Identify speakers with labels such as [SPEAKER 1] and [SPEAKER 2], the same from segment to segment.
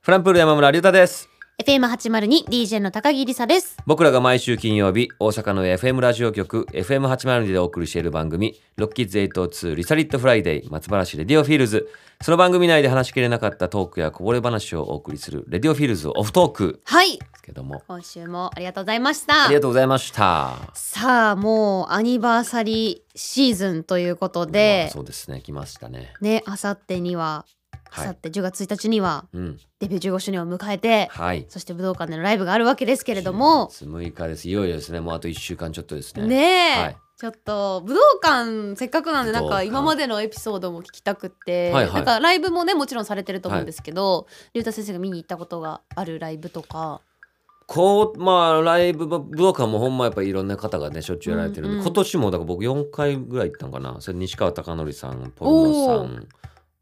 [SPEAKER 1] フランプール山村隆太です。
[SPEAKER 2] FM802 DJ の高木りさです。
[SPEAKER 1] 僕らが毎週金曜日、大阪の FM ラジオ局 FM802 でお送りしている番組、ロッキーズ802リサリットフライデー松原市レディオフィールズ。その番組内で話しきれなかったトークやこぼれ話をお送りするレディオフィールズオフトーク
[SPEAKER 2] は
[SPEAKER 1] で
[SPEAKER 2] い。
[SPEAKER 1] すけども、
[SPEAKER 2] 今週もありがとうございまし
[SPEAKER 1] あ
[SPEAKER 2] た
[SPEAKER 1] り。がとうございました。
[SPEAKER 2] さあ、もうアニバーサリーシーズンということ
[SPEAKER 1] まあ
[SPEAKER 2] で、
[SPEAKER 1] そうですね、来ましたね。
[SPEAKER 2] ね、あさってには、あ
[SPEAKER 1] はい
[SPEAKER 2] さって10月1日には
[SPEAKER 1] うん、
[SPEAKER 2] デビュー15周年を迎えて、
[SPEAKER 1] はい。
[SPEAKER 2] そして武道館でのライブがあるわけですけれども、
[SPEAKER 1] 10月6日です。いよいよですね、もうあと1週間ちょっとですね。
[SPEAKER 2] ねえ、
[SPEAKER 1] はい
[SPEAKER 2] ちょっと武道館せっかくなんでなん
[SPEAKER 1] 武道
[SPEAKER 2] か
[SPEAKER 1] 館
[SPEAKER 2] 今までのエピソードも聞きたくって、
[SPEAKER 1] はいはい
[SPEAKER 2] なんかライブもねもちろんされてると思うんですけど、龍太先生が見に行ったことがあるライブとか、
[SPEAKER 1] こうまあライブ武道館もほんまやっぱいろんな方がねしょっちゅうやられてるんで、
[SPEAKER 2] うんうん
[SPEAKER 1] 今年もだから僕4回ぐらい行ったんかなそれ西川貴教さんポルノさん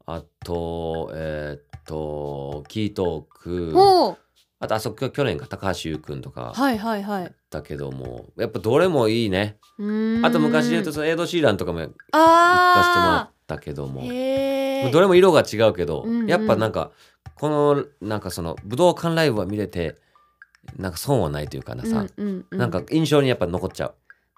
[SPEAKER 1] あとえーっとキートーク
[SPEAKER 2] おー
[SPEAKER 1] あとあそこ去年か高橋優君とか
[SPEAKER 2] はいはいはい。
[SPEAKER 1] だけども、やっぱどれもいいねあ
[SPEAKER 2] あ
[SPEAKER 1] と昔で言うとそのエイド・シーランとかも行かせてもら
[SPEAKER 2] あ
[SPEAKER 1] ったけども
[SPEAKER 2] ーへ
[SPEAKER 1] も
[SPEAKER 2] ー
[SPEAKER 1] うどれも色が違うけど、
[SPEAKER 2] うんうん
[SPEAKER 1] やっぱなんかこのなんかその武道館ライブは見れてなんか損はないというかなさ、
[SPEAKER 2] うんうんう
[SPEAKER 1] なんか印象にやっぱ残っちゃう。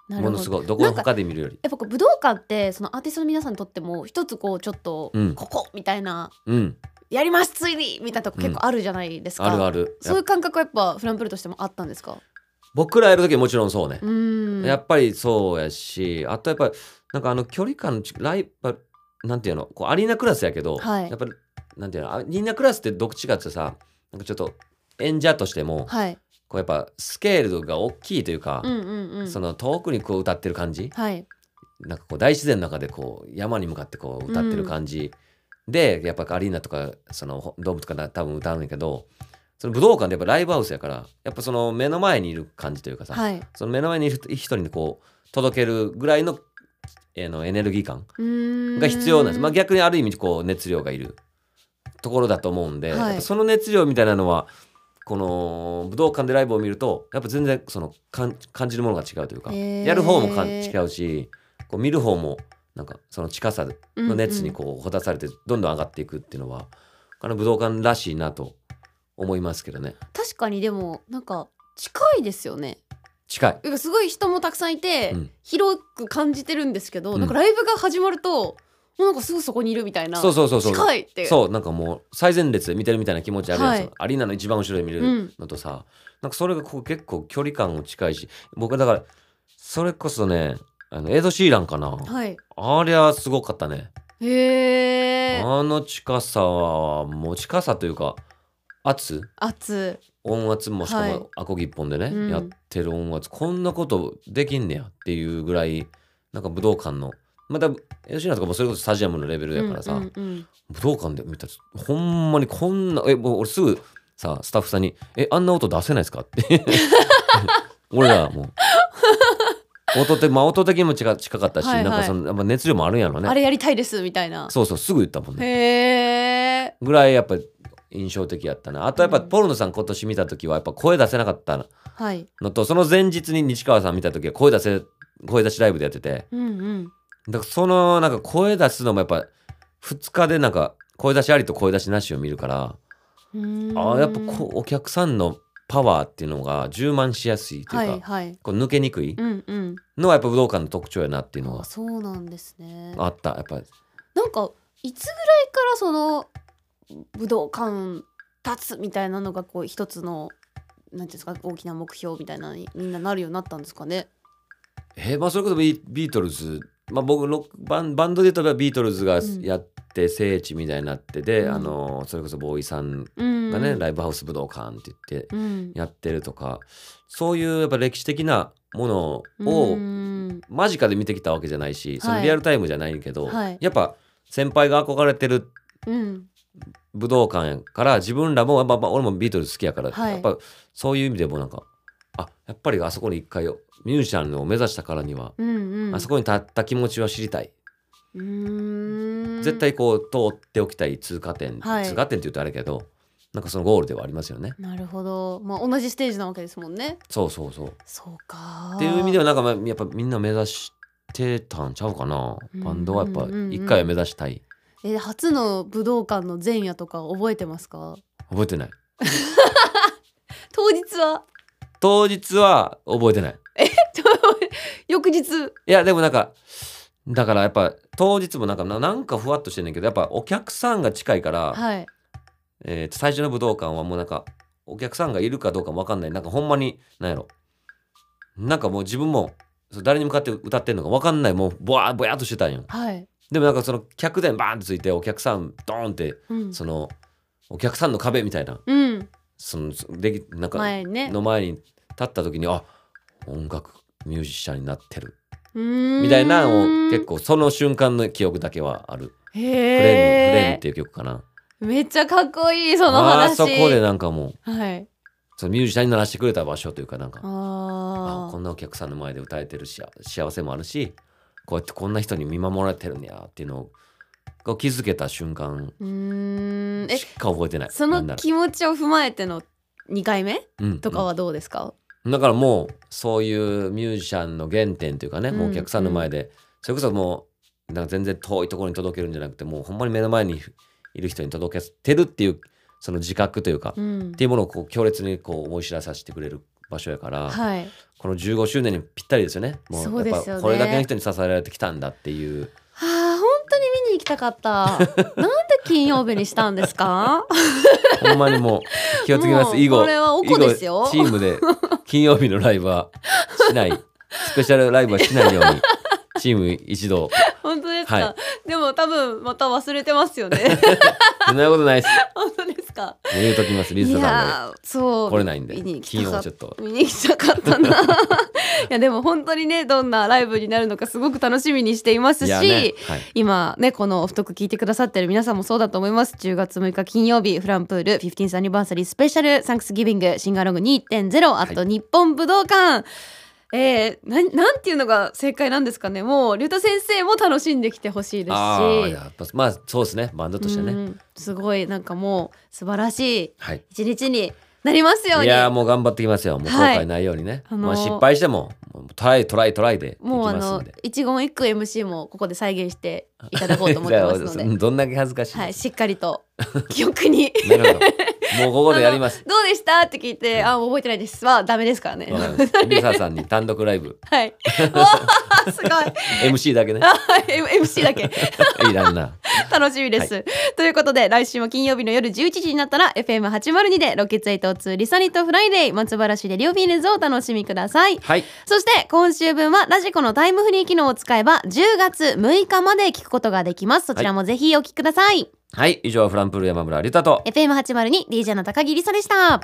[SPEAKER 2] なるほ
[SPEAKER 1] ものすごいどこの他で見るより
[SPEAKER 2] やっぱこう武道館ってそのアーティストの皆さんにとっても一つこうちょっと、
[SPEAKER 1] うん
[SPEAKER 2] ここみたいな
[SPEAKER 1] うん
[SPEAKER 2] やりますついにみたいなとこ結構あるじゃないですか、
[SPEAKER 1] あるある
[SPEAKER 2] そういう感覚はやっぱフランプールとしてもあったんですか
[SPEAKER 1] 僕らやる時はもちろんそうね
[SPEAKER 2] う、ーん
[SPEAKER 1] やっぱりそうやしあとやっぱりなんかあの距離感のちライバルなんていうのこうアリーナクラスやけど、
[SPEAKER 2] はい
[SPEAKER 1] やっぱりなんていうのアリーナクラスってどっちかってさなんかちょっと演者としても、
[SPEAKER 2] はい
[SPEAKER 1] こうやっぱスケールが大きいというか、
[SPEAKER 2] うんうんうん
[SPEAKER 1] その遠くにこう歌ってる感じ
[SPEAKER 2] はい
[SPEAKER 1] なんかこう大自然の中でこう山に向かってこう歌ってる感じ、でやっぱアリーナとかそのほドームとかだ多分歌うんやけどその武道館でやっぱライブハウスやからやっぱその目の前にいる感じというかさ、
[SPEAKER 2] はい
[SPEAKER 1] その目の前にいる人人にこう届けるぐらいの,、えーのエネルギー感が
[SPEAKER 2] が
[SPEAKER 1] 必要なんです、まあ、逆にある意味こう熱量がいるところだと思うんで、
[SPEAKER 2] はい
[SPEAKER 1] やっぱその熱量みたいなのはこの武道館でライブを見るとやっぱ全然その感感じるものが違うというか、
[SPEAKER 2] へー
[SPEAKER 1] やる方もかん違うしこう見る方もなんかその近さの熱にこうほたされてどんどん上がっていくっていうのは、あの武道館らしいなと思いますけどね
[SPEAKER 2] 確かにでもなんか近いですよね
[SPEAKER 1] 近い。
[SPEAKER 2] なんかすごい人もたくさんいて、
[SPEAKER 1] うん
[SPEAKER 2] 広く感じてるんですけど、
[SPEAKER 1] うん
[SPEAKER 2] なんかライブが始まるともうなんかすぐそこにいるみたいな
[SPEAKER 1] そうそうそうそう
[SPEAKER 2] 近いってう、
[SPEAKER 1] そうなんかもう最前列で見てるみたいな気持ちあるやん、
[SPEAKER 2] はい
[SPEAKER 1] そのアリーナの一番後ろで見れるのとさ、なんかそれがこう結構距離感も近いし僕はだからそれこそねあのエイド・シーランかな、
[SPEAKER 2] はい、
[SPEAKER 1] ありゃすごかったね
[SPEAKER 2] へえ
[SPEAKER 1] あの近さはもう近さというか圧
[SPEAKER 2] 熱
[SPEAKER 1] 音圧もしか
[SPEAKER 2] はい
[SPEAKER 1] もアコギ一本でね、
[SPEAKER 2] うん
[SPEAKER 1] やってる音圧こんなことできんねやっていうぐらいなんか武道館のまたエイド・シーランとかもそれこそスタジアムのレベルやからさ、
[SPEAKER 2] うんうんうん
[SPEAKER 1] 武道館で見たらほんまにこんなえもう俺すぐさスタッフさんに「えあんな音出せないですか?」って 俺らもう音ってまあ音的にも近近かったし、
[SPEAKER 2] はいはい
[SPEAKER 1] なんかそのやっぱ熱量もあるんやろ
[SPEAKER 2] あ
[SPEAKER 1] ね
[SPEAKER 2] れやりたいですみたいな
[SPEAKER 1] そうそうすぐ言ったもん
[SPEAKER 2] へ
[SPEAKER 1] ね
[SPEAKER 2] え
[SPEAKER 1] ぐらいやっぱ印象的やったなあとやっぱ
[SPEAKER 2] うん
[SPEAKER 1] ポルノさん今年見た時はやっぱ声出せなかった
[SPEAKER 2] はい
[SPEAKER 1] のとその前日に西川さん見た時は声出せ声出しライブでやってて
[SPEAKER 2] うんうん
[SPEAKER 1] だからそのなんか声出すのもやっぱ2日でなんか声出しありと声出しなしを見るから
[SPEAKER 2] うーん
[SPEAKER 1] あーやっぱこうお客さんのパワーっていうのが充満しやすいというか、
[SPEAKER 2] はいはい
[SPEAKER 1] こう抜けにくい
[SPEAKER 2] うんうん
[SPEAKER 1] のはやっぱ武道館の特徴やなっていうの
[SPEAKER 2] あ
[SPEAKER 1] は
[SPEAKER 2] そうなんですね
[SPEAKER 1] あったやっぱり
[SPEAKER 2] なんかいつぐらいからその武道館立つみたいなのがこう一つのなんていうんですか大きな目標みたいなのにみんななるようになったんですかね。
[SPEAKER 1] えーまあそれこそビビートルズ、まあ、僕ロックバンバンドで言うとビートルズが
[SPEAKER 2] うん
[SPEAKER 1] やって聖地みたいになってで、
[SPEAKER 2] うん
[SPEAKER 1] あのそれこそボーイさん
[SPEAKER 2] うん
[SPEAKER 1] がね、ライブハウス武道館って言って
[SPEAKER 2] うん、
[SPEAKER 1] やってるとかそういうやっぱ歴史的なものを
[SPEAKER 2] うん
[SPEAKER 1] 間近で見てきたわけじゃないし、そ
[SPEAKER 2] は
[SPEAKER 1] の
[SPEAKER 2] い
[SPEAKER 1] リアルタイムじゃないけど、
[SPEAKER 2] はい
[SPEAKER 1] やっぱ先輩が憧れてる
[SPEAKER 2] うん
[SPEAKER 1] 武道館やから自分らも、やっぱまあ俺もビートルズ好きやから、
[SPEAKER 2] はい
[SPEAKER 1] やっぱそういう意味でもなんかあやっぱりあそこに一回ミュージシャンを目指したからには、
[SPEAKER 2] うんうん、
[SPEAKER 1] あそこに立った気持ちは知りたい、
[SPEAKER 2] うーん
[SPEAKER 1] 絶対こう通っておきたい通過点、
[SPEAKER 2] はい
[SPEAKER 1] 通過点って言うとあれやけどなんかそのゴールではありますよね
[SPEAKER 2] なるほど、まあ、同じステージなわけですもんね。
[SPEAKER 1] そうそうそう
[SPEAKER 2] そうか
[SPEAKER 1] っていう意味で
[SPEAKER 2] は
[SPEAKER 1] はなんかまあやっぱみんな目指してたんちゃうかな
[SPEAKER 2] うん
[SPEAKER 1] バンドはやっぱ一回は目指したい、
[SPEAKER 2] え初の武道館の前夜とか覚えてますか
[SPEAKER 1] 覚えてない
[SPEAKER 2] 当日は
[SPEAKER 1] 当日は覚えてない
[SPEAKER 2] 翌日
[SPEAKER 1] いやでもなんかだからやっぱ当日もなんかななんかふわっとしてんねんけどやっぱお客さんが近いから、
[SPEAKER 2] はい
[SPEAKER 1] えー最初の武道館はもうなんかお客さんがいるかどうかも分かんないなんかほんまになんやろなんかもう自分もそう誰に向かって歌ってんのか分かんないもうぼわぼやっとしてたんよ
[SPEAKER 2] はい、
[SPEAKER 1] でもなんかその客台にバーンとついてお客さんドーンって
[SPEAKER 2] うん、
[SPEAKER 1] そのお客さんの壁みたいな
[SPEAKER 2] うん
[SPEAKER 1] そのできなんか
[SPEAKER 2] 前ね
[SPEAKER 1] の前に立った時にあ音楽ミュージシャンになってる
[SPEAKER 2] み
[SPEAKER 1] みたいなのを結構その瞬間の記憶だけはある「
[SPEAKER 2] フ
[SPEAKER 1] フレーム」「フレーム」っ
[SPEAKER 2] レ
[SPEAKER 1] ていう曲かな
[SPEAKER 2] めっちゃかっこいいその
[SPEAKER 1] あー
[SPEAKER 2] 話
[SPEAKER 1] そこでなんかもう
[SPEAKER 2] はい
[SPEAKER 1] そのミュージシャンにならしてくれた場所というかなんかあ
[SPEAKER 2] あ
[SPEAKER 1] こんなお客さんの前で歌えてるし幸せもあるしこうやってこんな人に見守られてるんやっていうのをこう気づけた瞬間
[SPEAKER 2] ーうーんえ
[SPEAKER 1] しか覚えてない
[SPEAKER 2] そ
[SPEAKER 1] なんな
[SPEAKER 2] の
[SPEAKER 1] ら
[SPEAKER 2] 気持ちを踏まえての2回目
[SPEAKER 1] うん
[SPEAKER 2] とかはどうですか、
[SPEAKER 1] だからもうそういうミュージシャンの原点というかね、もうお客さんの前でそれこそもうなんか全然遠いところに届けるんじゃなくてもうほんまに目の前にいる人に届けてるっていうその自覚というか、
[SPEAKER 2] う
[SPEAKER 1] っ
[SPEAKER 2] ん
[SPEAKER 1] ていうものをこう強烈にこう思い知らさせてくれる場所やから、
[SPEAKER 2] はい
[SPEAKER 1] この15周年にぴったりですよねも
[SPEAKER 2] そうですよね
[SPEAKER 1] やっぱこれだけの人に支えられてきたんだっていう
[SPEAKER 2] はあ本当に見に行きたかった なんで金曜日にしたんですか
[SPEAKER 1] ほんまにもう 気をつけま
[SPEAKER 2] も
[SPEAKER 1] す
[SPEAKER 2] う
[SPEAKER 1] 以後
[SPEAKER 2] これはおこですよ
[SPEAKER 1] 以後チームで金曜日のライブはしないスペシャルライブはしないようにチーム一同
[SPEAKER 2] 本当ですか、
[SPEAKER 1] は
[SPEAKER 2] でも多分また忘れてますよね
[SPEAKER 1] そんなことないです。
[SPEAKER 2] 本当ですか
[SPEAKER 1] もう言うときます、リズ
[SPEAKER 2] い
[SPEAKER 1] さん
[SPEAKER 2] やーそう
[SPEAKER 1] 来れないんで
[SPEAKER 2] 見に行き
[SPEAKER 1] 金曜
[SPEAKER 2] たか
[SPEAKER 1] は
[SPEAKER 2] っ
[SPEAKER 1] ちょっと
[SPEAKER 2] 見に行きたかったな いやでも本当にねどんなライブになるのかすごく楽しみにしていま
[SPEAKER 1] で。
[SPEAKER 2] すし、
[SPEAKER 1] いやね、はい、
[SPEAKER 2] 今ねこの「オフトク」聞いてくださってる皆さんもそうだと思います10月6日金曜日フランプール 15th アニバーサリースペシャルサンクスギビングシンガーロング2.0あと
[SPEAKER 1] は
[SPEAKER 2] 日本武道館、えー、なんなんていうのが正解なんですかねもう竜太先生も楽しんできてほしいですし
[SPEAKER 1] ああ、やっぱ、まあ、そうですね、バンドとして
[SPEAKER 2] う
[SPEAKER 1] ね。
[SPEAKER 2] んすごいなんかもう素晴らしい
[SPEAKER 1] はい。
[SPEAKER 2] 一日になりますように
[SPEAKER 1] いやーもう頑張ってきますよ。もう後
[SPEAKER 2] はい
[SPEAKER 1] 悔ないようにね。
[SPEAKER 2] あの
[SPEAKER 1] ま
[SPEAKER 2] ー
[SPEAKER 1] あ失敗しても、もうトライトライトライでいき
[SPEAKER 2] もうあ
[SPEAKER 1] ます
[SPEAKER 2] の
[SPEAKER 1] んで。
[SPEAKER 2] 一言一句 MC もここで再現していただこうと思ってます の
[SPEAKER 1] じゃ
[SPEAKER 2] で
[SPEAKER 1] あどんだけ恥ずかしい。
[SPEAKER 2] はいしっか りと記憶に
[SPEAKER 1] なるほど。もうここでやります。
[SPEAKER 2] どうでしたって聞いて、あ、覚えてないです。 は、ダメですからね。
[SPEAKER 1] わかりますリサさんに単独ライブ、
[SPEAKER 2] はい。わあ、すごい。
[SPEAKER 1] MC だけ ね。
[SPEAKER 2] あ M- MC だけ
[SPEAKER 1] いいランナ
[SPEAKER 2] 楽しみです、ということで来週も金曜日の夜11時になったら FM802 でロケッツ802リサニットフライデー松原市でリオフィールズをお楽しみください
[SPEAKER 1] ー。はい。
[SPEAKER 2] そして今週分はラジコのタイムフリー機能を使えば10月6日まで聞くことができますそちらもぜひお聞きください、
[SPEAKER 1] はい。以上、フランプール山村隆太と。
[SPEAKER 2] FM802DJ の高木りさでした